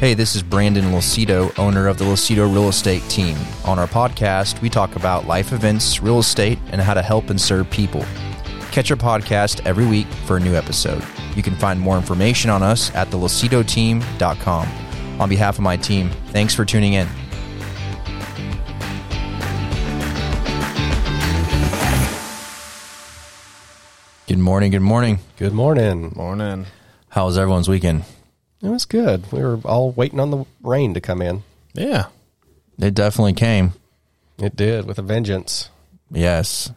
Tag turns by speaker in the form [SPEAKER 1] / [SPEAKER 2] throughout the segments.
[SPEAKER 1] Hey, this is Brandon Lucido, owner of the Lucido Real Estate Team. On our podcast, we talk about life events, real estate, and how to help and serve people. Catch our podcast every week for a new episode. You can find more information on us at thelucidoteam.com. On behalf of my team, thanks for tuning in. Good morning. Good morning.
[SPEAKER 2] Good morning.
[SPEAKER 3] Morning.
[SPEAKER 1] How was everyone's weekend?
[SPEAKER 2] It was good. We were all waiting on the rain to come in.
[SPEAKER 3] Yeah.
[SPEAKER 1] It definitely came.
[SPEAKER 2] It did with a vengeance.
[SPEAKER 1] Yes.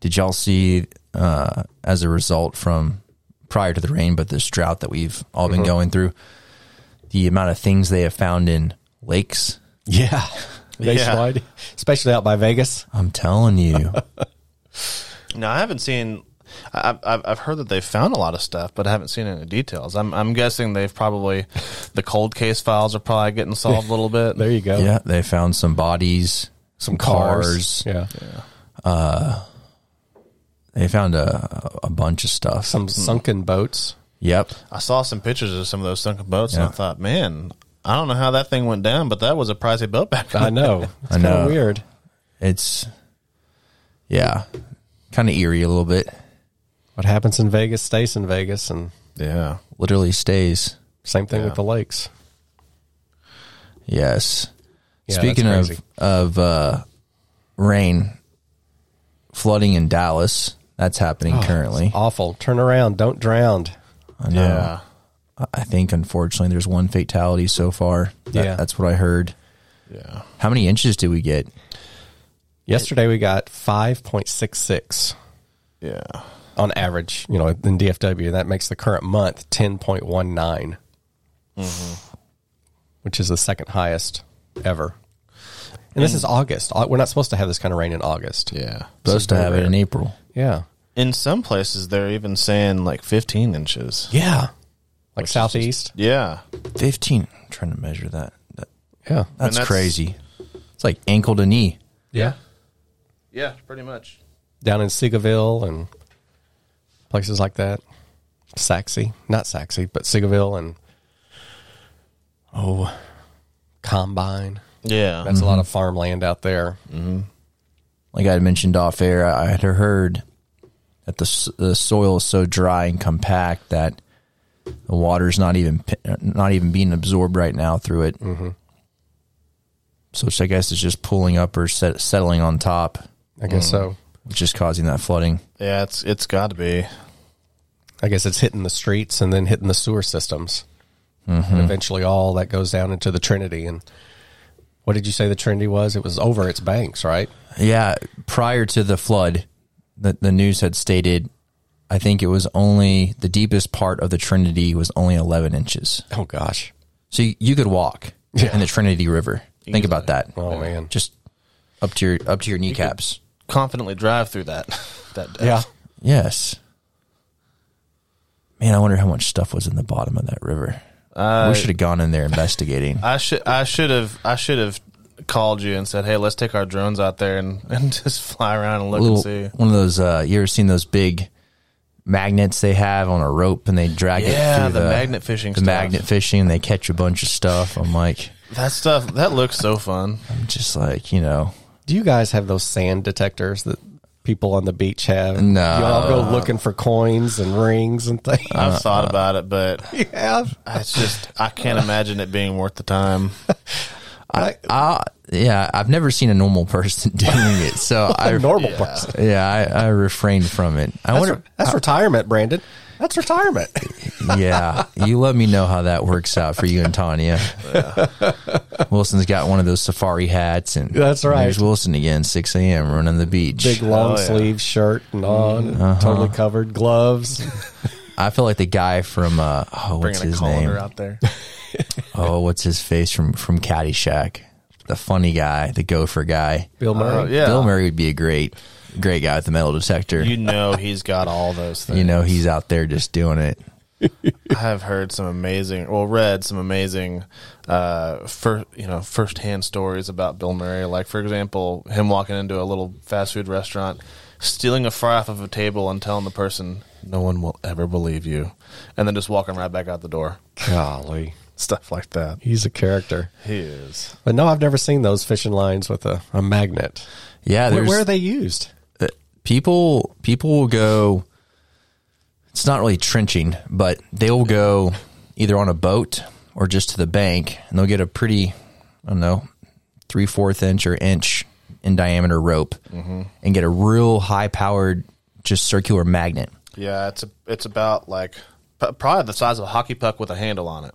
[SPEAKER 1] Did y'all see uh, as a result from prior to the rain, but this drought that we've all been going through, the amount of things they have found in lakes?
[SPEAKER 2] Yeah. Nationwide, especially out by Vegas.
[SPEAKER 1] I'm telling you.
[SPEAKER 3] No, I haven't seen. I- I've I've heard that they've found a lot of stuff, but I haven't seen any details. I'm I'm guessing they've probably the cold case files are probably getting solved a little bit.
[SPEAKER 2] There you go.
[SPEAKER 1] yeah, they found some bodies, some cars.
[SPEAKER 2] Yeah.
[SPEAKER 1] They found a, a bunch of stuff.
[SPEAKER 2] Some sunken boats.
[SPEAKER 1] yep.
[SPEAKER 3] I saw some pictures of some of those sunken boats,
[SPEAKER 1] Yeah.
[SPEAKER 3] and I thought, man, I don't know how that thing went down, but that was a pricey boat back then.
[SPEAKER 2] I know. It's
[SPEAKER 1] I
[SPEAKER 2] kind
[SPEAKER 1] know.
[SPEAKER 2] of weird.
[SPEAKER 1] It's, yeah, kind of eerie a little bit.
[SPEAKER 2] What happens in Vegas stays in Vegas, and
[SPEAKER 3] Yeah.
[SPEAKER 1] Literally stays.
[SPEAKER 2] same thing
[SPEAKER 3] Yeah.
[SPEAKER 2] with the lakes.
[SPEAKER 1] Yes.
[SPEAKER 2] Yeah,
[SPEAKER 1] Speaking
[SPEAKER 2] that's
[SPEAKER 1] of
[SPEAKER 2] crazy.
[SPEAKER 1] of uh, rain, flooding in Dallas, that's happening
[SPEAKER 2] Oh,
[SPEAKER 1] currently.
[SPEAKER 2] Awful. Turn around. Don't drown.
[SPEAKER 1] I know.
[SPEAKER 3] Yeah.
[SPEAKER 1] I- I think unfortunately there's one fatality so far. That-
[SPEAKER 2] Yeah.
[SPEAKER 1] that's what I heard.
[SPEAKER 3] Yeah.
[SPEAKER 1] How many inches did we get?
[SPEAKER 2] Yesterday we got 5.66
[SPEAKER 3] Yeah.
[SPEAKER 2] on average, you know, in DFW. That makes the current month 10.19, Mm-hmm. which is the second highest ever. And, this is August. Au- We're not supposed to have this kind of rain in August.
[SPEAKER 3] Yeah.
[SPEAKER 1] Supposed to have it in April.
[SPEAKER 2] Yeah.
[SPEAKER 3] In some places, they're even saying like 15 inches.
[SPEAKER 2] Yeah. Like southeast.
[SPEAKER 3] Yeah.
[SPEAKER 1] Fifteen. I'm trying to measure that. That-
[SPEAKER 2] yeah.
[SPEAKER 1] that's,
[SPEAKER 3] that's-
[SPEAKER 1] crazy. It's like ankle to knee.
[SPEAKER 2] Yeah.
[SPEAKER 3] Yeah. Pretty much.
[SPEAKER 2] Down in Seagaville and places like that. Saxy. Not Saxy, but Seagaville and, oh, Combine.
[SPEAKER 3] Yeah.
[SPEAKER 2] That's a lot of farmland out there.
[SPEAKER 1] Like I had mentioned off air, I I had heard that the s- the soil is so dry and compact that the water's not even pi- not even being absorbed right now through it. Mm-hmm. So it's- I guess it's just pulling up or set, settling on top,
[SPEAKER 2] I guess so.
[SPEAKER 1] which is causing that flooding.
[SPEAKER 3] yeah. It's it's got to be.
[SPEAKER 2] I guess it's hitting the streets and then hitting the sewer systems.
[SPEAKER 1] Mm-hmm.
[SPEAKER 2] And eventually, all that goes down into the Trinity. And what did you say the Trinity was? It was over its banks, right?
[SPEAKER 1] Yeah, prior to the flood, the, the news had stated, I think it was only the deepest part of the Trinity was only 11 inches.
[SPEAKER 2] Oh, gosh.
[SPEAKER 1] So you, you could walk
[SPEAKER 2] Yeah.
[SPEAKER 1] in the Trinity River. Think about that.
[SPEAKER 2] Oh, man.
[SPEAKER 1] Just up to your up to your kneecaps.
[SPEAKER 3] Confidently drive through that. that day.
[SPEAKER 2] Yeah.
[SPEAKER 1] Yes. Man, I wonder how much stuff was in the bottom of that river. we should have gone in there investigating.
[SPEAKER 3] Uh, I should I should have I should have called you and said, "Hey, let's take our drones out there and, and just fly around and look
[SPEAKER 1] little
[SPEAKER 3] and see."
[SPEAKER 1] one of those. Uh, you ever seen those big magnets they have on a rope and they drag
[SPEAKER 3] Yeah,
[SPEAKER 1] it through
[SPEAKER 3] the magnet fishing
[SPEAKER 1] The
[SPEAKER 3] stuff.
[SPEAKER 1] magnet fishing, and they catch a bunch of stuff. I'm like,
[SPEAKER 3] That stuff that looks so fun.
[SPEAKER 1] I'm just like, you know,
[SPEAKER 2] Do you guys have those sand detectors that people on the beach have?
[SPEAKER 1] No.
[SPEAKER 2] You all go looking for coins and rings and things.
[SPEAKER 1] Uh,
[SPEAKER 3] I've thought about it, but
[SPEAKER 2] you have?
[SPEAKER 3] it's just I can't imagine it being worth the time.
[SPEAKER 2] I,
[SPEAKER 1] ah, yeah, I've never seen a normal person doing it, so I,
[SPEAKER 2] a normal person.
[SPEAKER 1] yeah, I, I refrained from it. I Oh,
[SPEAKER 2] That's,
[SPEAKER 1] wonder,
[SPEAKER 2] that's retirement, Brandon. That's retirement.
[SPEAKER 1] yeah, you let me know how that works out for you and Tanya. Wilson's got one of those safari hats, and
[SPEAKER 2] That's right.
[SPEAKER 1] There's Wilson again, 6 a.m. running the beach.
[SPEAKER 2] Big long
[SPEAKER 3] Oh, yeah.
[SPEAKER 2] sleeve shirt and on, and
[SPEAKER 1] Mm-hmm.
[SPEAKER 2] totally
[SPEAKER 1] Uh-huh.
[SPEAKER 2] covered gloves.
[SPEAKER 1] I feel like the guy from uh, oh, what's
[SPEAKER 3] Bringing a
[SPEAKER 1] his
[SPEAKER 3] colander
[SPEAKER 1] name?
[SPEAKER 3] out there.
[SPEAKER 1] Oh, what's his face from from Caddyshack? The funny guy, the gopher guy.
[SPEAKER 2] Bill Murray.
[SPEAKER 3] Oh, yeah,
[SPEAKER 1] Bill Murray would be a great, great guy with the metal detector.
[SPEAKER 3] you
[SPEAKER 1] You,
[SPEAKER 3] know he's got all those things.
[SPEAKER 1] know, he's out there just doing it.
[SPEAKER 3] I have heard some amazing, well, read some amazing, uh, fir- you know, firsthand stories about Bill Murray. Like, for example, him walking into a little fast food restaurant, stealing a fry off of a table, and telling the person, "No one will ever believe you," and then just walking right back out the door.
[SPEAKER 2] Golly.
[SPEAKER 3] stuff like that.
[SPEAKER 2] He's a character.
[SPEAKER 3] He is.
[SPEAKER 2] But no, I've never seen those fishing lines with a, a magnet.
[SPEAKER 1] Yeah,
[SPEAKER 2] Where,
[SPEAKER 1] there's
[SPEAKER 2] where are they used?
[SPEAKER 1] uh, people people will go it's not really trenching, but they will go either on a boat or just to the bank and they'll get a pretty I don't know, three fourth inch or inch in diameter rope and get a real high powered just circular magnet.
[SPEAKER 3] Yeah, it's a, it's about like p- probably the size of a hockey puck with a handle on it.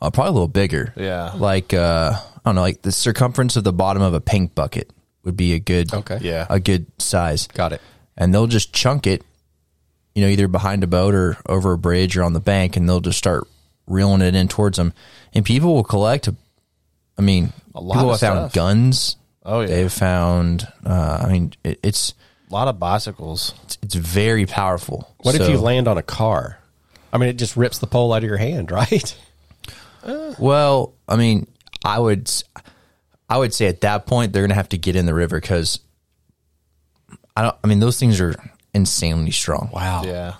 [SPEAKER 1] Uh, probably a little bigger.
[SPEAKER 3] Yeah.
[SPEAKER 1] Like uh I don't know, like the circumference of the bottom of a pink bucket would be a good
[SPEAKER 2] Okay.
[SPEAKER 3] Yeah.
[SPEAKER 1] a good size.
[SPEAKER 2] Got it.
[SPEAKER 1] and they'll just chunk it, you know, either behind a boat or over a bridge or on the bank, and they'll just start reeling it in towards them. And people will collect. I mean, a
[SPEAKER 3] lot
[SPEAKER 1] people have
[SPEAKER 3] of
[SPEAKER 1] found
[SPEAKER 3] stuff.
[SPEAKER 1] guns.
[SPEAKER 3] Oh, yeah.
[SPEAKER 1] they've found. Uh, I mean, it, it's
[SPEAKER 3] A lot of bicycles.
[SPEAKER 1] it's very powerful.
[SPEAKER 2] What if
[SPEAKER 1] So-
[SPEAKER 2] you land on a car? I mean, it just rips the pole out of your hand, right?
[SPEAKER 1] Well, I mean, I would, s- I would say at that point they're gonna have to get in the river because I don't. I mean, those things are insanely strong.
[SPEAKER 2] Wow.
[SPEAKER 3] Yeah.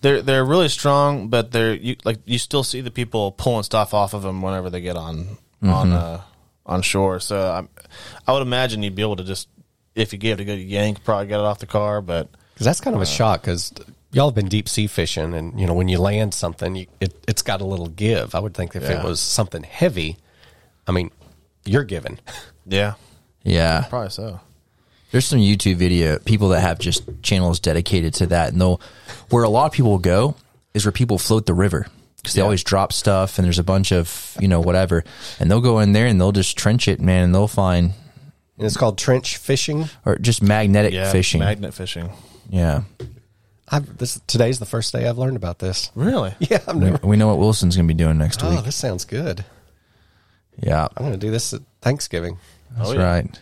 [SPEAKER 3] They're they're really strong, but they're you like you still see the people pulling stuff off of them whenever they get on on uh, on shore. So I, I would imagine you'd be able to just if you gave it a good yank, probably get it off the car. But
[SPEAKER 2] Because that's kind of a shock. Because y'all have been deep sea fishing, and you know when you land something, you, it, it's got a little give. I would think if
[SPEAKER 3] Yeah.
[SPEAKER 2] it was something heavy, I mean, you're given.
[SPEAKER 3] yeah,
[SPEAKER 1] Yeah,
[SPEAKER 3] probably so.
[SPEAKER 1] There's some YouTube video people that have just channels dedicated to that, and they'll where a lot of people go is where people float the river because they always drop stuff, and there's a bunch of you know whatever, and they'll go in there and they'll just trench it, man, and they'll find
[SPEAKER 2] And it's called trench fishing.
[SPEAKER 1] or just magnetic
[SPEAKER 3] Yeah,
[SPEAKER 1] fishing,
[SPEAKER 3] magnet fishing.
[SPEAKER 1] yeah.
[SPEAKER 2] I've, this today's the first day I've learned about this.
[SPEAKER 3] Really?
[SPEAKER 2] Yeah, I'm
[SPEAKER 1] We,
[SPEAKER 2] never.
[SPEAKER 1] we know what Wilson's gonna be doing next
[SPEAKER 2] Oh,
[SPEAKER 1] week,
[SPEAKER 2] this sounds good.
[SPEAKER 1] yeah,
[SPEAKER 2] I'm going to do this at Thanksgiving.
[SPEAKER 1] that's
[SPEAKER 3] yeah.
[SPEAKER 1] right.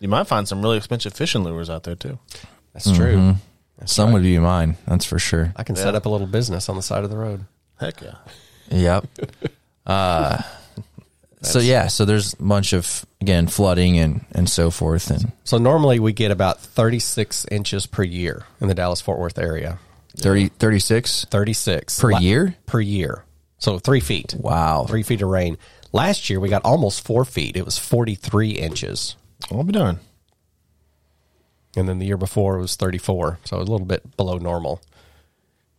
[SPEAKER 3] You might find some really expensive fishing lures out there too.
[SPEAKER 2] That's
[SPEAKER 1] Mm-hmm.
[SPEAKER 2] true.
[SPEAKER 1] Some would be mine, that's for sure.
[SPEAKER 2] I can set up a little business on the side of the road.
[SPEAKER 3] Heck yeah.
[SPEAKER 1] Yep. Uh, so yeah, so there's a bunch of again flooding and and so forth, and
[SPEAKER 2] So normally we get about 36 inches per year in the Dallas Fort Worth area.
[SPEAKER 1] 30, 36
[SPEAKER 2] 36
[SPEAKER 1] per
[SPEAKER 2] La-
[SPEAKER 1] year.
[SPEAKER 2] Per year. So three feet.
[SPEAKER 1] Wow.
[SPEAKER 2] Three feet of rain. Last year we got almost four feet. It was 43 inches.
[SPEAKER 3] I'll be done.
[SPEAKER 2] And then the year before it was 34. So a little bit below normal.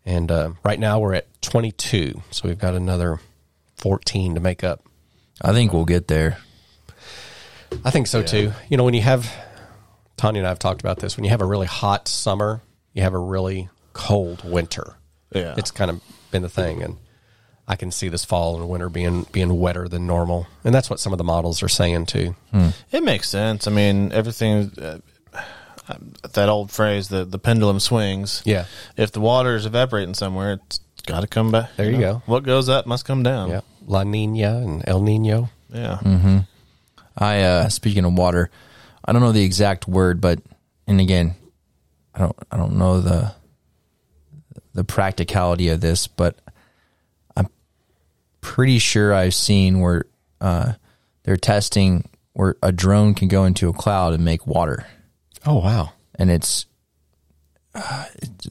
[SPEAKER 2] And uh, right now we're at 22. So we've got another 14 to make up.
[SPEAKER 1] I think we'll get there.
[SPEAKER 2] I think so too. You know, when you have Tanya and I have talked about this, when you have a really hot summer, you have a really cold winter.
[SPEAKER 3] Yeah.
[SPEAKER 2] It's kind of been the thing and I can see this fall and winter being being wetter than normal. And that's what some of the models are saying too.
[SPEAKER 3] It makes sense. I mean, everything. Uh, that old phrase, the the pendulum swings.
[SPEAKER 2] Yeah.
[SPEAKER 3] If the water is evaporating somewhere, it's got to come back.
[SPEAKER 2] There you go.
[SPEAKER 3] What goes up must come down.
[SPEAKER 2] Yeah. La Nina and El Nino.
[SPEAKER 3] Yeah.
[SPEAKER 1] I uh speaking of water, I don't know the exact word, but and again, I don't I don't know the the practicality of this, but I'm pretty sure I've seen where uh they're testing where a drone can go into a cloud and make water.
[SPEAKER 2] Oh wow.
[SPEAKER 1] and it's, uh, it's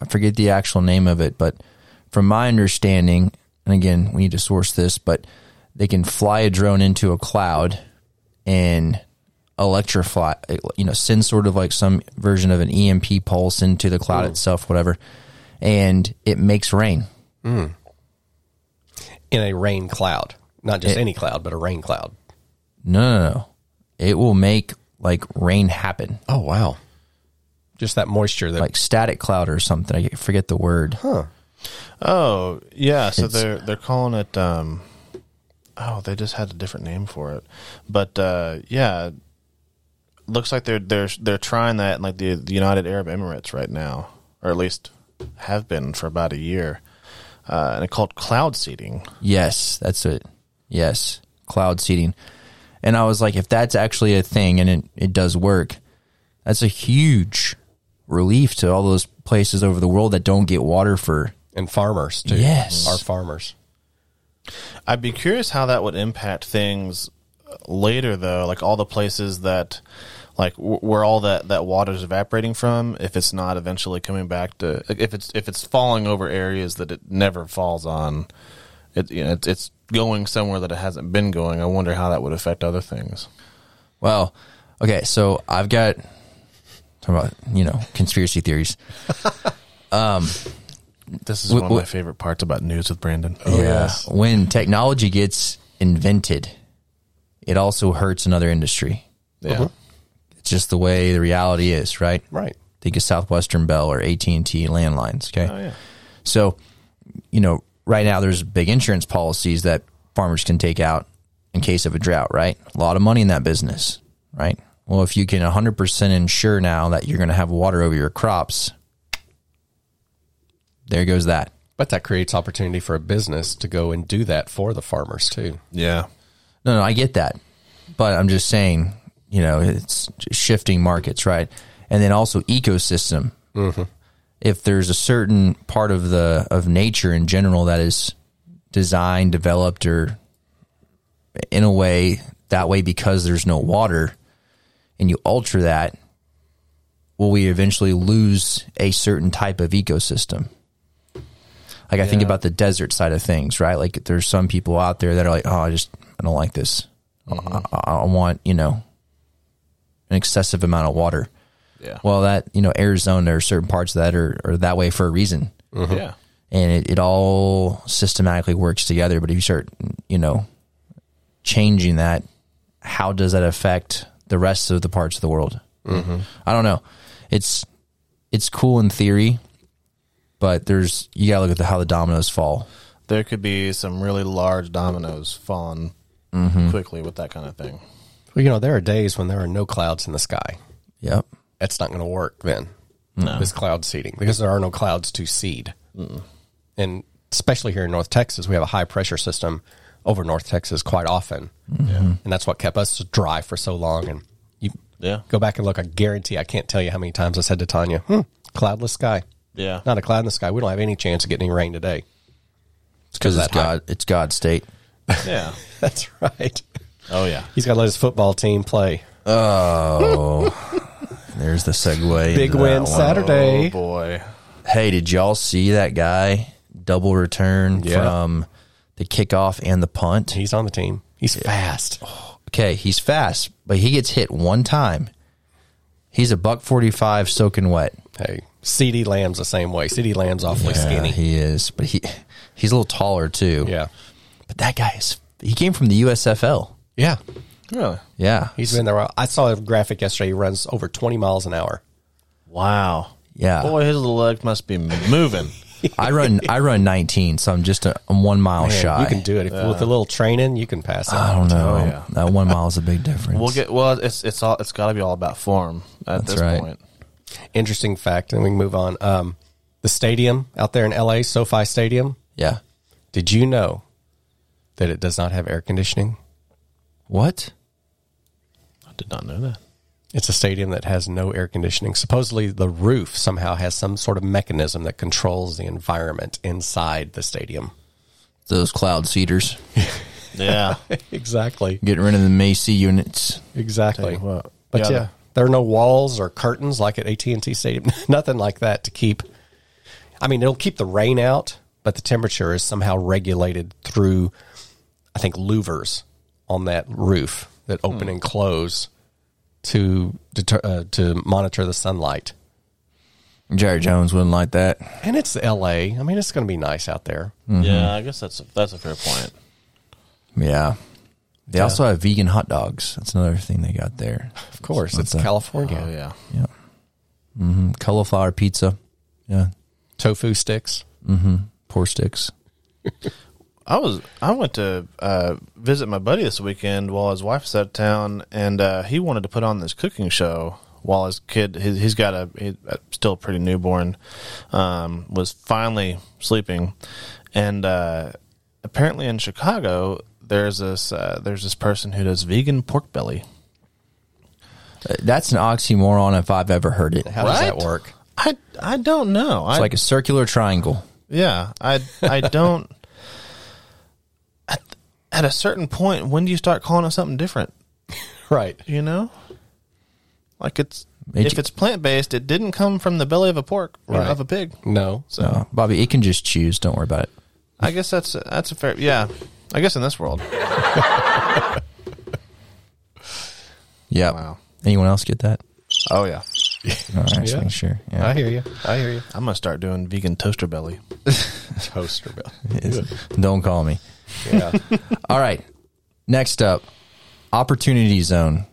[SPEAKER 1] I forget the actual name of it, but from my understanding, and again, we need to source this, but they can fly a drone into a cloud and electrify, you know, send sort of like some version of an EMP pulse into the cloud itself, whatever, and it makes rain.
[SPEAKER 2] In a rain cloud. Not just any cloud, but a rain cloud.
[SPEAKER 1] No, no, no, it will make like rain happen,
[SPEAKER 2] Oh wow. Just that moisture that
[SPEAKER 1] like static cloud or something. I forget the word.
[SPEAKER 3] Oh yeah. So
[SPEAKER 1] It's-
[SPEAKER 3] they're they're calling it. Um, oh, they just had a different name for it, but uh, yeah, looks like they're they're they're trying that in like the, the United Arab Emirates right now, or at least have been for about a year, uh, and it's called cloud seeding.
[SPEAKER 1] Yes, that's it. Yes, cloud seeding. And I was like, if that's actually a thing and it, it does work, that's a huge relief to all those places over the world that don't get water for.
[SPEAKER 2] and farmers too.
[SPEAKER 1] Yes.
[SPEAKER 2] Our farmers.
[SPEAKER 3] I'd be curious how that would impact things later, though. Like all the places that, like w- where all that that water's evaporating from, if it's not eventually coming back to, like, if it's if it's falling over areas that it never falls on, it, you know, it's, it's going somewhere that it hasn't been going. I wonder how that would affect other things.
[SPEAKER 1] Well, okay, so I've got talk about you know conspiracy theories.
[SPEAKER 3] This is
[SPEAKER 1] Wh-
[SPEAKER 3] one of my
[SPEAKER 1] wh-
[SPEAKER 3] favorite parts about news with Brandon.
[SPEAKER 1] yeah, when technology gets invented, it also hurts another industry.
[SPEAKER 3] Yeah.
[SPEAKER 1] It's just the way the reality is, right?
[SPEAKER 2] Mm-hmm. Right.
[SPEAKER 1] Think of Southwestern Bell or AT and T landlines. Okay,
[SPEAKER 3] Oh, yeah.
[SPEAKER 1] So, you know, right now there's big insurance policies that farmers can take out in case of a drought, right? A lot of money in that business, right? Well, if you can 100% ensure now that you're going to have water over your crops, there goes that.
[SPEAKER 2] But that creates opportunity for a business to go and do that for the farmers too.
[SPEAKER 3] Yeah.
[SPEAKER 1] No, no, I get that. But I'm just saying, you know, it's shifting markets, right? And then also ecosystem. If there's a certain part of the of nature in general that is designed, developed, or in a way that way because there's no water, and you alter that, will we eventually lose a certain type of ecosystem? Like I think about the desert side of things, right? Like there's some people out there that are like, oh, I just I don't like this. I, I want you know an excessive amount of water.
[SPEAKER 3] Yeah.
[SPEAKER 1] Well, that you know Arizona or certain parts of that are, are that way for a reason,
[SPEAKER 3] Yeah.
[SPEAKER 1] and it, it all systematically works together. But if you start you know changing that, how does that affect the rest of the parts of the world? I don't know. It's it's cool in theory, but there's you gotta look at the, how the dominoes fall.
[SPEAKER 3] There could be some really large dominoes falling quickly with that kind of thing.
[SPEAKER 2] Well, you know, there are days when there are no clouds in the sky.
[SPEAKER 1] Yep.
[SPEAKER 2] That's not going to work then. No. This cloud seeding because there are no clouds to seed. And especially here in North Texas, we have a high pressure system over North Texas quite often. And that's what kept us dry for so long. And you
[SPEAKER 3] Yeah.
[SPEAKER 2] go back and look, I guarantee I can't tell you how many times I said to Tanya, hmm, cloudless sky.
[SPEAKER 3] Yeah.
[SPEAKER 2] Not a cloud in the sky. We don't have any chance of getting any rain today.
[SPEAKER 1] It's because
[SPEAKER 2] of
[SPEAKER 1] it's
[SPEAKER 2] that hype.
[SPEAKER 1] God. It's God state.
[SPEAKER 3] Yeah.
[SPEAKER 2] That's right.
[SPEAKER 3] Oh yeah.
[SPEAKER 2] He's got to let his football team play.
[SPEAKER 1] There's the segue.
[SPEAKER 2] Big
[SPEAKER 1] into that
[SPEAKER 2] win
[SPEAKER 1] one.
[SPEAKER 2] Saturday.
[SPEAKER 3] Oh boy.
[SPEAKER 1] Hey, did y'all see that guy double return
[SPEAKER 2] Yeah.
[SPEAKER 1] from the kickoff and the punt?
[SPEAKER 2] He's on the team. He's fast.
[SPEAKER 1] Okay, he's fast, but he gets hit one time. He's a buck forty-five, soaking wet.
[SPEAKER 2] Hey, CD Lamb's the same way. CD Lamb's awfully
[SPEAKER 1] Yeah,
[SPEAKER 2] skinny.
[SPEAKER 1] he is, but he he's a little taller too.
[SPEAKER 2] yeah.
[SPEAKER 1] but that guy is. He came from the USFL.
[SPEAKER 2] Yeah.
[SPEAKER 3] Really?
[SPEAKER 1] Yeah,
[SPEAKER 2] He's been there. a while. I saw a graphic yesterday. He runs over 20 miles an hour.
[SPEAKER 3] Wow.
[SPEAKER 1] yeah.
[SPEAKER 3] Boy, his little legs must be moving.
[SPEAKER 1] I run I run nineteen, so I'm just a, I'm one mile
[SPEAKER 2] Man,
[SPEAKER 1] shy.
[SPEAKER 2] You can do it. If, With a little training, you can pass it.
[SPEAKER 1] I don't know.
[SPEAKER 3] Oh, yeah.
[SPEAKER 1] That one mile is a big difference.
[SPEAKER 3] We'll get well. It's it's all it's got to be all about form at
[SPEAKER 1] That's
[SPEAKER 3] this
[SPEAKER 1] right.
[SPEAKER 3] point.
[SPEAKER 2] Interesting fact, and we can move on. Um, the stadium out there in LA, SoFi Stadium,
[SPEAKER 1] yeah.
[SPEAKER 2] did you know that it does not have air conditioning?
[SPEAKER 1] What?
[SPEAKER 3] I did not know that.
[SPEAKER 2] It's a stadium that has no air conditioning. Supposedly, the roof somehow has some sort of mechanism that controls the environment inside the stadium.
[SPEAKER 1] Those cloud seeders.
[SPEAKER 3] Yeah.
[SPEAKER 2] Exactly.
[SPEAKER 1] Getting rid of the Macy units.
[SPEAKER 2] Exactly.
[SPEAKER 3] Tell you what.
[SPEAKER 2] But
[SPEAKER 3] Yeah.
[SPEAKER 2] yeah, there are no walls or curtains like at AT&T Stadium. Nothing like that to keep. I mean, it'll keep the rain out, but the temperature is somehow regulated through, I think, louvers on that roof that open
[SPEAKER 3] Hmm.
[SPEAKER 2] and close to deter, uh, to monitor the sunlight.
[SPEAKER 1] Jerry Jones wouldn't like that.
[SPEAKER 2] And it's L.A. I mean, it's going to be nice out there.
[SPEAKER 1] Mm-hmm.
[SPEAKER 3] Yeah. I guess that's a, that's a fair point.
[SPEAKER 1] Yeah. They also have vegan hot dogs. That's another thing they got there.
[SPEAKER 2] Of course, it's
[SPEAKER 1] that-
[SPEAKER 2] California.
[SPEAKER 3] Oh yeah.
[SPEAKER 1] Yeah. Mm-hmm. Cauliflower pizza. Yeah.
[SPEAKER 2] Tofu sticks.
[SPEAKER 1] Poor sticks.
[SPEAKER 3] I was I went to uh, visit my buddy this weekend while his wife's out of town, and uh, he wanted to put on this cooking show while his kid he, he's got a he's uh, still pretty newborn um, was finally sleeping, and uh, apparently in Chicago there's this uh, there's this person who does vegan pork belly.
[SPEAKER 1] Uh, That's an oxymoron if I've ever heard it.
[SPEAKER 2] How
[SPEAKER 1] It's
[SPEAKER 2] does
[SPEAKER 3] Right?
[SPEAKER 2] that work?
[SPEAKER 3] I I don't know. I
[SPEAKER 1] like a circular triangle.
[SPEAKER 3] Yeah, I I don't. at, at a certain point, when do you start calling it something different?
[SPEAKER 2] Right.
[SPEAKER 3] You know, like it's
[SPEAKER 1] Made
[SPEAKER 3] if
[SPEAKER 1] you-
[SPEAKER 3] it's plant based, it didn't come from the belly of a pork or
[SPEAKER 2] Right.
[SPEAKER 3] of a pig.
[SPEAKER 2] No.
[SPEAKER 1] Uh, No, Bobby, it can just choose. Don't worry about it.
[SPEAKER 3] I guess that's that's a fair. Yeah, I guess in this world.
[SPEAKER 1] Yeah.
[SPEAKER 3] Wow.
[SPEAKER 1] Anyone else get that?
[SPEAKER 3] Oh yeah,
[SPEAKER 1] All right, just
[SPEAKER 2] Yeah.
[SPEAKER 1] making sure. Yeah.
[SPEAKER 2] I hear you. I hear you.
[SPEAKER 3] I'm gonna start doing vegan toaster belly.
[SPEAKER 2] Toaster bill.
[SPEAKER 1] It is. Don't call me.
[SPEAKER 2] Yeah.
[SPEAKER 1] All right. Next up, opportunity zone.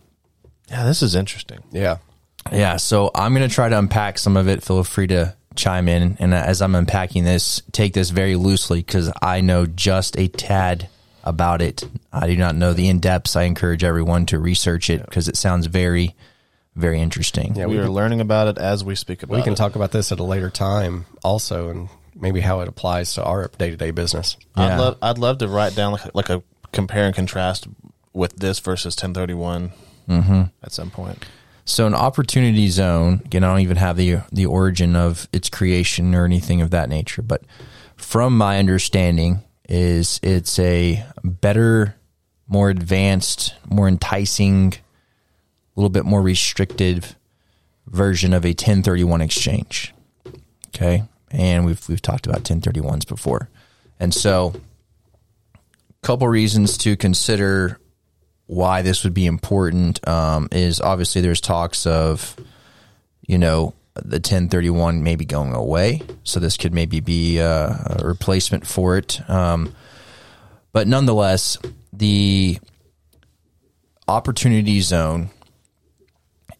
[SPEAKER 3] Yeah, this is interesting.
[SPEAKER 2] yeah.
[SPEAKER 1] Yeah, so I'm going to try to unpack some of it. Feel free to chime in. And as I'm unpacking this, take this very loosely because I know just a tad about it. I do not know the in depths. I encourage everyone to research it because it sounds very, very interesting.
[SPEAKER 2] Yeah.
[SPEAKER 3] we,
[SPEAKER 2] We,
[SPEAKER 3] are learning about it as we speak about
[SPEAKER 2] we can
[SPEAKER 3] it.
[SPEAKER 2] talk about this at a later time also and maybe how it applies to our day to day business.
[SPEAKER 1] Yeah.
[SPEAKER 3] I'd love I'd love to write down like a, like a compare and contrast with this versus 1031
[SPEAKER 2] Mm-hmm.
[SPEAKER 3] at some point.
[SPEAKER 1] So an opportunity zone, again, I don't even have the the origin of its creation or anything of that nature, but from my understanding is it's a better, more advanced, more enticing, a little bit more restrictive version of a 1031 exchange. Okay? And we've we've talked about 1031s before. And so couple reasons to consider why this would be important um, is obviously there's talks of you know the 1031 maybe going away so this could maybe be uh, a replacement for it um, but nonetheless the opportunity zone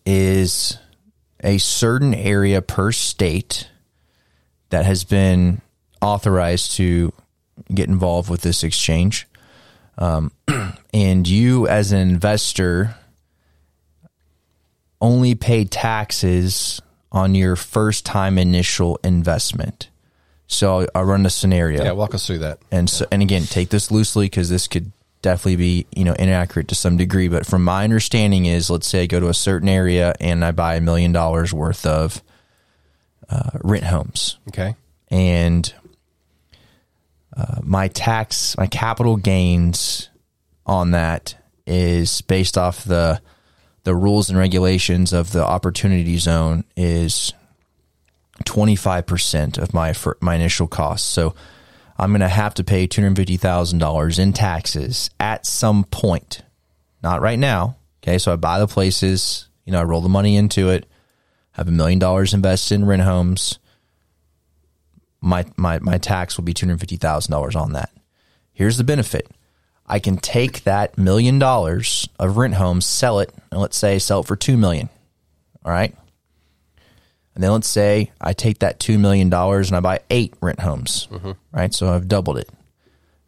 [SPEAKER 1] is a certain area per state that has been authorized to get involved with this exchange Um, and you as an investor only pay taxes on your first time initial investment. So I'll, I'll run a scenario.
[SPEAKER 2] Yeah. Walk us through that.
[SPEAKER 1] And so, and again, take this loosely because this could definitely be you know inaccurate to some degree. But from my understanding, is let's say I go to a certain area and I buy a million dollars worth of uh, rent homes
[SPEAKER 2] Okay.
[SPEAKER 1] and uh, my tax, my capital gains on that is based off the the rules and regulations of the opportunity zone is twenty five percent of my fir- my initial costs. So I'm going to have to pay two hundred fifty thousand dollars in taxes at some point, not right now. Okay, so I buy the places, you know, I roll the money into it, have a million dollars invested in rent homes my my my tax will be two hundred fifty thousand dollars on that. Here's the benefit: I can take that million dollars of rent homes, sell it, and let's say sell it for two million. All right, and then let's say I take that two million dollars and I buy eight rent homes.
[SPEAKER 2] Mm-hmm.
[SPEAKER 1] Right, so I've doubled it,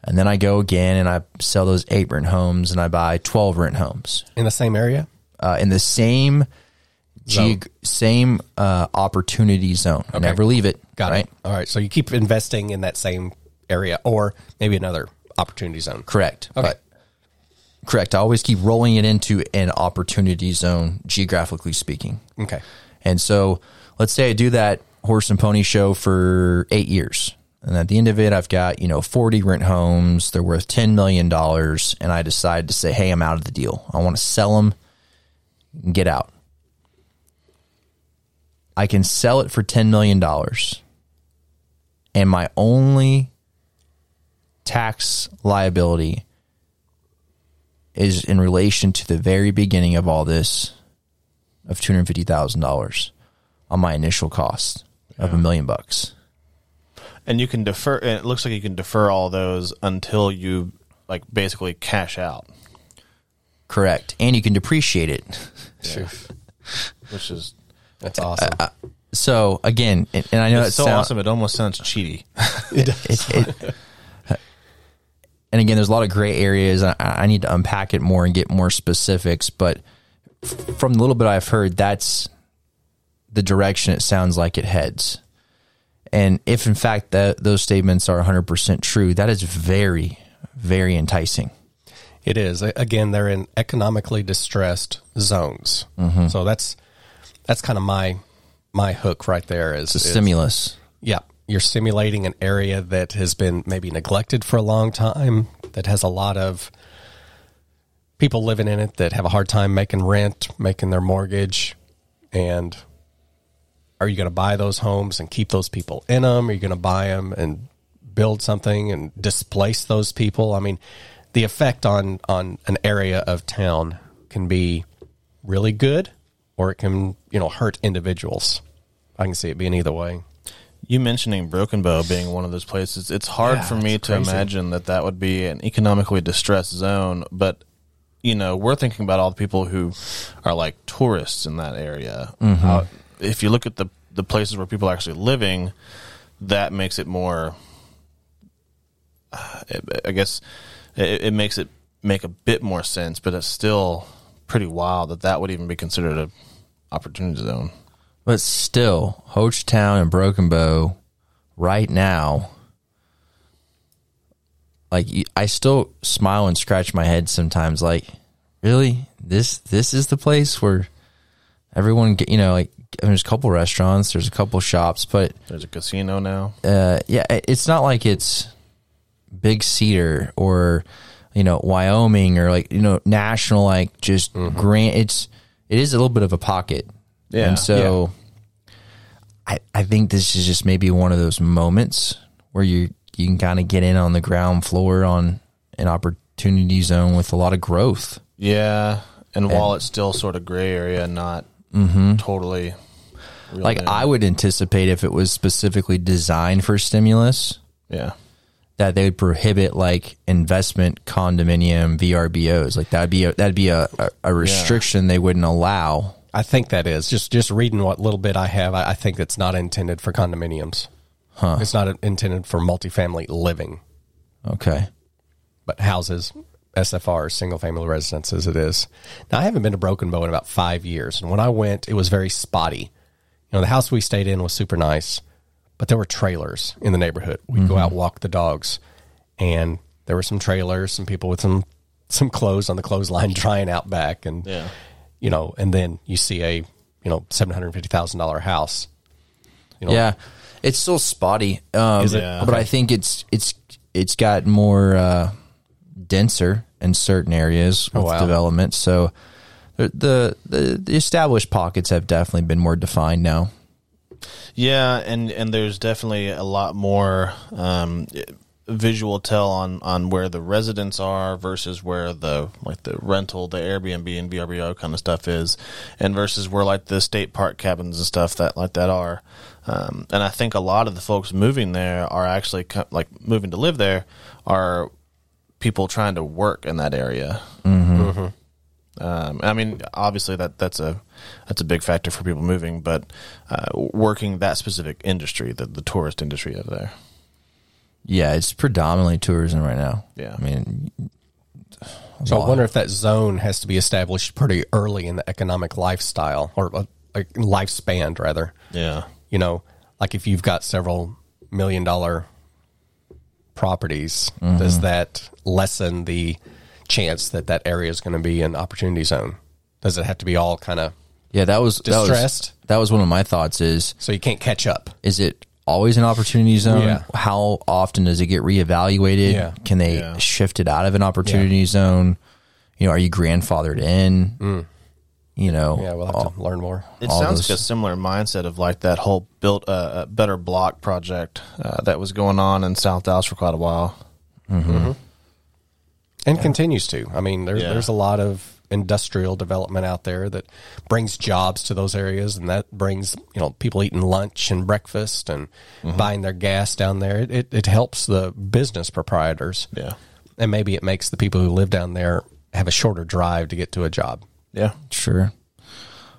[SPEAKER 1] and then I go again and I sell those eight rent homes and I buy twelve rent homes
[SPEAKER 2] In the same area?
[SPEAKER 1] uh, in the same geog- same uh, opportunity zone. I Never leave it.
[SPEAKER 2] Got
[SPEAKER 1] right?
[SPEAKER 2] it. All right. So you keep investing in that same area or maybe another opportunity zone.
[SPEAKER 1] Correct.
[SPEAKER 2] Okay.
[SPEAKER 1] But- correct. I always keep rolling it into an opportunity zone, geographically speaking.
[SPEAKER 2] Okay.
[SPEAKER 1] And so let's say I do that horse and pony show for eight years. And at the end of it, I've got, you know, 40 rent homes. They're worth $10 million. And I decide to say, hey, I'm out of the deal. I want to sell them and get out. I can sell it for $10 million. And my only tax liability is in relation to the very beginning of all this of two hundred fifty thousand dollars on my initial cost of a million bucks.
[SPEAKER 3] And you can defer and it looks like you can defer all those until you like basically cash out,
[SPEAKER 1] Correct, and you can depreciate it.
[SPEAKER 2] Phew.
[SPEAKER 3] which is
[SPEAKER 2] That's awesome.
[SPEAKER 1] So again, and, and I know
[SPEAKER 3] it's
[SPEAKER 1] it's
[SPEAKER 3] so
[SPEAKER 1] sound,
[SPEAKER 3] awesome it almost sounds cheaty.
[SPEAKER 1] it- it- and again, there's a lot of gray areas. I, I need to unpack it more and get more specifics. But f- from the little bit I've heard, that's the direction it sounds like it heads. And if in fact that those statements are 100% true, that is very, very enticing.
[SPEAKER 2] It is. A- Again, they're in economically distressed zones. So that's that's kind of my my hook right there is,
[SPEAKER 1] It's a
[SPEAKER 2] is-
[SPEAKER 1] stimulus.
[SPEAKER 2] yeah, you're simulating an area that has been maybe neglected for a long time that has a lot of people living in it that have a hard time making rent, making their mortgage and are you going to buy those homes and keep those people in them? Are you going to buy them and build something and displace those people. I mean, the effect on on an area of town can be really good, or it can you know hurt individuals. I can see it being either way.
[SPEAKER 3] You mentioning Broken Bow being one of those places, it's hard
[SPEAKER 2] Yeah,
[SPEAKER 3] for me
[SPEAKER 2] it's
[SPEAKER 3] to
[SPEAKER 2] crazy.
[SPEAKER 3] imagine that that would be an economically distressed zone. But, you know, we're thinking about all the people who are like tourists in that area. Uh, if you look at the, the places where people are actually living, that makes it more, uh, it- I guess, it, it makes it make a bit more sense, but it's still pretty wild that that would even be considered a opportunity zone.
[SPEAKER 1] But still, Hochtown and Broken Bow, right now, like y- I still smile and scratch my head sometimes. Like, really, this this is the place where everyone, get, you know, like I mean, there's a couple restaurants, there's a couple shops, but
[SPEAKER 3] There's a casino now.
[SPEAKER 1] uh, yeah, i- it's not like it's Big Cedar or you know Wyoming or like you know national like just grand. It's it is a little bit of a pocket,
[SPEAKER 3] Yeah,
[SPEAKER 1] And so, I I think this is just maybe one of those moments where you you can kind of get in on the ground floor on an opportunity zone with a lot of growth.
[SPEAKER 3] Yeah, and, while it's still sort of gray area, not totally. real
[SPEAKER 1] Mm-hmm. Like
[SPEAKER 3] there.
[SPEAKER 1] I would anticipate if it was specifically designed for stimulus,
[SPEAKER 3] yeah,
[SPEAKER 1] that they would prohibit like investment condominium VRBOs. Like that'd be a, that'd be a, a, a restriction they wouldn't allow.
[SPEAKER 2] I think that is just just reading what little bit I have. I, I think it's not intended for condominiums. It's not intended for multifamily living,
[SPEAKER 1] Okay.
[SPEAKER 2] but houses, SFRs, single family residences. It is. Now I haven't been to Broken Bow in about five years, and when I went, it was very spotty. You know, the house we stayed in was super nice, but there were trailers in the neighborhood. We'd go out walk the dogs, and there were some trailers, some people with some some clothes on the clothesline drying out back, and
[SPEAKER 3] yeah,
[SPEAKER 2] you know, and then you see a, you know, seven hundred fifty thousand dollar house. You know,
[SPEAKER 1] Yeah. It's still spotty. Um,
[SPEAKER 3] it?
[SPEAKER 1] but I think it's, it's, it's got more, uh, denser in certain areas with
[SPEAKER 2] wow.
[SPEAKER 1] development. So the, the, the, the established pockets have definitely been more defined now.
[SPEAKER 3] yeah, and and there's definitely a lot more um, visual tell on on where the residents are versus where the like the rental, the Airbnb and VRBO kind of stuff is, and versus where like the state park cabins and stuff that like that are. Um, and I think a lot of the folks moving there are actually co- like moving to live there are people trying to work in that area. Um, I mean, obviously that that's a that's a big factor for people moving, but uh, working that specific industry, the the tourist industry over there.
[SPEAKER 1] Yeah. It's predominantly tourism right now.
[SPEAKER 3] Yeah.
[SPEAKER 1] I mean,
[SPEAKER 2] so I wonder if that zone has to be established pretty early in the economic lifestyle or uh, like lifespan, rather.
[SPEAKER 3] Yeah,
[SPEAKER 2] You know, like if you've got several million dollar properties, does that lessen the chance that that area is going to be an opportunity zone? Does it have to be all kind of
[SPEAKER 1] yeah, that was, that was-
[SPEAKER 2] Distressed?
[SPEAKER 1] that was one of my thoughts is,
[SPEAKER 2] so you can't catch up?
[SPEAKER 1] is it always an opportunity zone?
[SPEAKER 2] Yeah.
[SPEAKER 1] How often does it get reevaluated?
[SPEAKER 2] Yeah.
[SPEAKER 1] Can they
[SPEAKER 3] Yeah.
[SPEAKER 1] shift it out of an opportunity zone? You know, are you grandfathered in? You know,
[SPEAKER 2] Mm. Yeah, we'll have to learn more.
[SPEAKER 3] it
[SPEAKER 1] All
[SPEAKER 3] sounds
[SPEAKER 1] those-
[SPEAKER 3] like a similar mindset of like that whole built uh, uh, better block project uh, that was going on in South Dallas for quite a while.
[SPEAKER 2] and continues to. I mean, there,
[SPEAKER 3] Yeah.
[SPEAKER 2] there's a lot of industrial development out there that brings jobs to those areas, and that brings you know people eating lunch and breakfast and
[SPEAKER 3] Mm-hmm.
[SPEAKER 2] buying their gas down there. It, it it helps the business proprietors,
[SPEAKER 3] Yeah,
[SPEAKER 2] and maybe it makes the people who live down there have a shorter drive to get to a job.
[SPEAKER 3] yeah.
[SPEAKER 1] sure.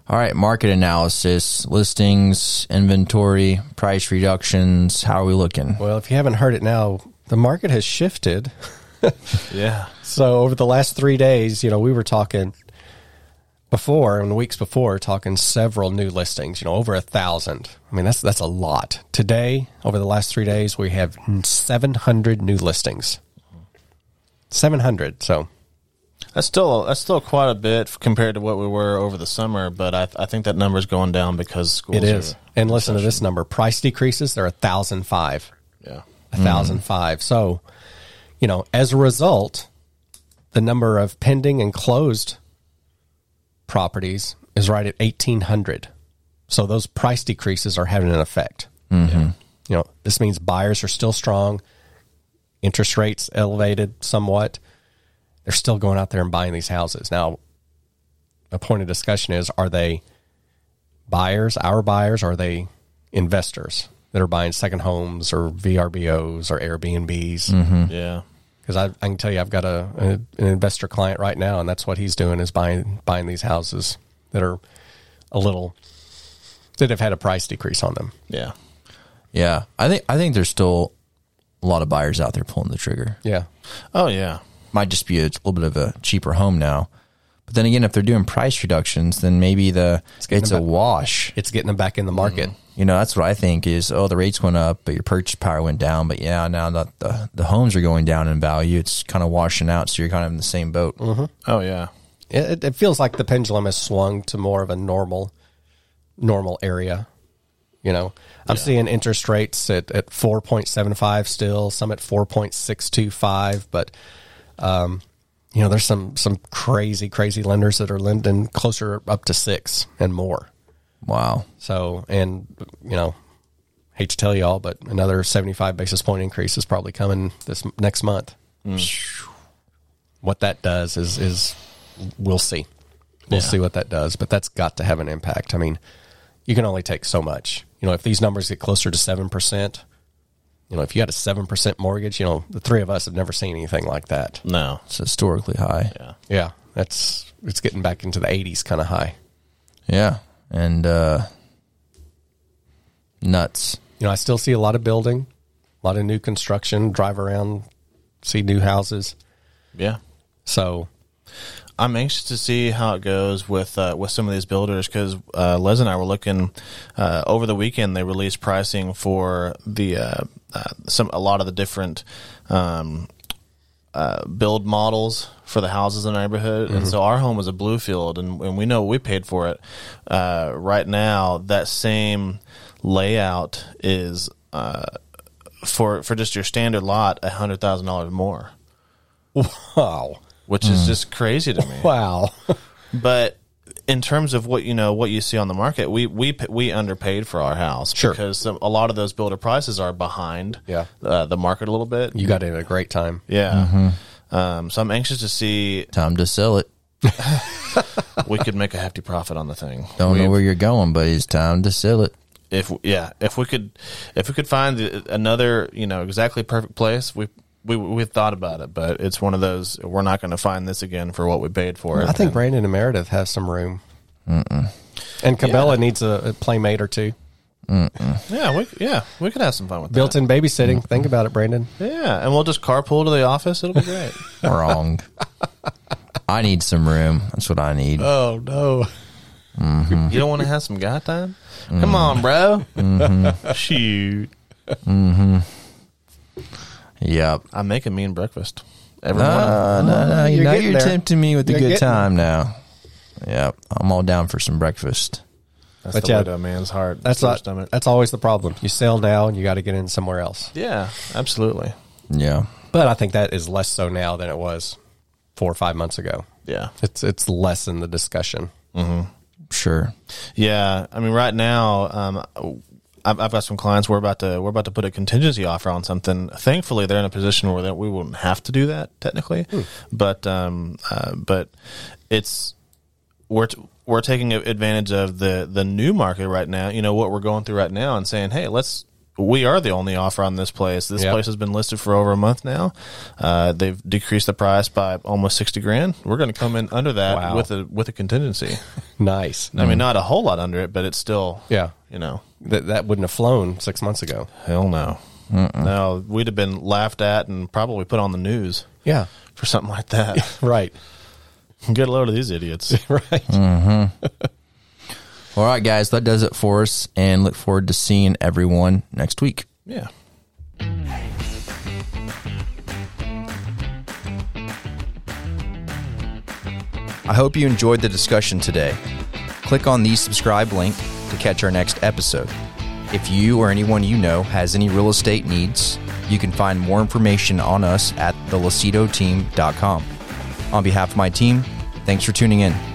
[SPEAKER 1] All right, market analysis, listings, inventory, price reductions. How are we looking?
[SPEAKER 2] Well, if you haven't heard it now, the market has shifted.
[SPEAKER 3] Yeah.
[SPEAKER 2] So over the last three days, you know, we were talking before and the weeks before talking several new listings. You know, over a thousand. I mean, that's that's a lot. Today, over the last three days, we have seven hundred new listings. Seven hundred. So
[SPEAKER 3] That's still that's still quite a bit compared to what we were over the summer, but I, I think that number's going down because schools.
[SPEAKER 2] it is.
[SPEAKER 3] Are,
[SPEAKER 2] And listen to this number: price decreases. They're a thousand five.
[SPEAKER 3] yeah.
[SPEAKER 2] a thousand five. So, you know, as a result, the number of pending and closed properties is right at eighteen hundred. So those price decreases are having an effect. You know, this means buyers are still strong. interest rates elevated somewhat, they're still going out there and buying these houses. Now, a point of discussion is are they buyers, our buyers, are they investors that are buying second homes or VRBOs or Airbnbs?
[SPEAKER 3] Mm. Yeah.
[SPEAKER 2] because I, I can tell you I've got a, a an investor client right now, and that's what he's doing is buying buying these houses that are a little that have had a price decrease on them.
[SPEAKER 3] Yeah.
[SPEAKER 1] Yeah, I think I think there's still a lot of buyers out there pulling the trigger.
[SPEAKER 2] Yeah,
[SPEAKER 3] Oh yeah.
[SPEAKER 1] Might just be a little bit of a cheaper home now, but then again, if they're doing price reductions, then maybe the it's,
[SPEAKER 2] getting
[SPEAKER 1] a
[SPEAKER 2] about-
[SPEAKER 1] wash.
[SPEAKER 2] it's getting them back in the market.
[SPEAKER 1] You know, that's what I think is. Oh, the rates went up, but your purchase power went down. But yeah, now that the the homes are going down in value, it's kind of washing out. So you're kind of in the same boat.
[SPEAKER 2] Mm-hmm.
[SPEAKER 3] Oh yeah.
[SPEAKER 2] It, it, it feels like the pendulum has swung to more of a normal normal area. You know, I'm seeing interest rates at, at 4.75 still, some at 4.625, but um, you know, there's some some crazy crazy lenders that are lending closer up to 6 and more.
[SPEAKER 1] Wow.
[SPEAKER 2] So, and you know, hate to tell y'all, but another 75 basis point increase is probably coming this next month. What that does is is we'll see. We'll see what that does, but that's got to have an impact. I mean, you can only take so much. You know, if these numbers get closer to 7%, you know, if you had a 7% mortgage, you know, the three of us have never seen anything like that.
[SPEAKER 3] No.
[SPEAKER 1] It's historically high.
[SPEAKER 3] Yeah.
[SPEAKER 2] Yeah, that's it's getting back into the 80s kind of high.
[SPEAKER 1] Yeah, and uh, nuts.
[SPEAKER 2] you know, I still see a lot of building, a lot of new construction, drive around, see new houses.
[SPEAKER 3] Yeah.
[SPEAKER 2] So,
[SPEAKER 3] I'm anxious to see how it goes with uh, with some of these builders because uh, Les and I were looking uh, over the weekend. They released pricing for the uh, uh, some a lot of the different um, uh, build models for the houses in the neighborhood. And so our home was a Bluefield, and, and we know we paid for it. Uh, right now, that same layout is uh, for for just your standard lot a hundred thousand dollars more,
[SPEAKER 2] wow,
[SPEAKER 3] which is just crazy to me
[SPEAKER 2] wow,
[SPEAKER 3] but in terms of what you know what you see on the market we we p- we underpaid for our house
[SPEAKER 2] Sure.
[SPEAKER 3] because some, a lot of those builder prices are behind
[SPEAKER 2] Yeah.
[SPEAKER 3] uh, the market a little bit
[SPEAKER 2] you got in at a great time.
[SPEAKER 3] yeah
[SPEAKER 2] mm-hmm.
[SPEAKER 3] um, so i'm anxious to see
[SPEAKER 1] Time to sell it.
[SPEAKER 3] we could make a hefty profit on the thing
[SPEAKER 1] Don't
[SPEAKER 3] We-
[SPEAKER 1] know where you're going, but it's time to sell it.
[SPEAKER 3] if yeah if we could if we could find the, another you know exactly perfect place we we we thought about it but it's one of those we're not going to find this again for what we paid for it
[SPEAKER 2] I think Brandon and Meredith have some room, and Cabela needs a, a playmate or two.
[SPEAKER 3] yeah we yeah we could have some fun with
[SPEAKER 2] Built-in babysitting. Think about it, Brandon.
[SPEAKER 3] that. yeah and we'll just carpool to the office it'll be great
[SPEAKER 1] Wrong. I need some room. That's what I need.
[SPEAKER 2] Oh no,
[SPEAKER 3] Mm-hmm. You don't want to have some guy time?
[SPEAKER 2] Mm-hmm.
[SPEAKER 3] Come on, bro. Shoot.
[SPEAKER 1] Yep.
[SPEAKER 3] I make a mean breakfast every morning.
[SPEAKER 1] Uh, no, no, you
[SPEAKER 2] you're
[SPEAKER 1] know
[SPEAKER 2] getting
[SPEAKER 1] you're
[SPEAKER 2] there.
[SPEAKER 1] tempting me with a
[SPEAKER 2] You're
[SPEAKER 1] good
[SPEAKER 2] getting
[SPEAKER 1] time now. Yep. I'm all down for some breakfast.
[SPEAKER 3] That's
[SPEAKER 2] but
[SPEAKER 3] the
[SPEAKER 2] yeah,
[SPEAKER 3] way to a man's heart.
[SPEAKER 2] that's
[SPEAKER 3] to their
[SPEAKER 2] not, that's always the problem. You sell now, and you got to get in somewhere else.
[SPEAKER 3] yeah, absolutely.
[SPEAKER 1] Yeah.
[SPEAKER 2] But I think that is less so now than it was four or five months ago.
[SPEAKER 3] Yeah,
[SPEAKER 2] It's it's less in the discussion.
[SPEAKER 1] Sure.
[SPEAKER 3] yeah. I mean, right now, um, I've, I've got some clients. We're about to we're about to put a contingency offer on something. Thankfully, they're in a position where that we wouldn't have to do that technically.
[SPEAKER 2] Hmm.
[SPEAKER 3] But um, uh, but it's we're t- we're taking a- advantage of the the new market right now. You know what we're going through right now, and saying, hey, let's. We are the only offer on this place. This
[SPEAKER 2] Yep.
[SPEAKER 3] place has been listed for over a month now. Uh, they've decreased the price by almost sixty grand. We're going to come in under that
[SPEAKER 2] Wow.
[SPEAKER 3] with a with a contingency.
[SPEAKER 2] Nice.
[SPEAKER 3] I mean, not a whole lot under it, but it's still
[SPEAKER 2] Mm. Yeah.
[SPEAKER 3] You know,
[SPEAKER 2] That that wouldn't have flown six months ago.
[SPEAKER 3] hell no, no, we'd have been laughed at and probably put on the news
[SPEAKER 2] Yeah.
[SPEAKER 3] for something like that.
[SPEAKER 2] Right.
[SPEAKER 3] Get a load of these idiots.
[SPEAKER 2] Right.
[SPEAKER 1] All right, guys. That does it for us, and look forward to seeing everyone next week.
[SPEAKER 3] Yeah.
[SPEAKER 1] I hope you enjoyed the discussion today. Click on the subscribe link to catch our next episode. If you or anyone you know has any real estate needs, you can find more information on us at thelacetoteam.com. On behalf of my team, thanks for tuning in.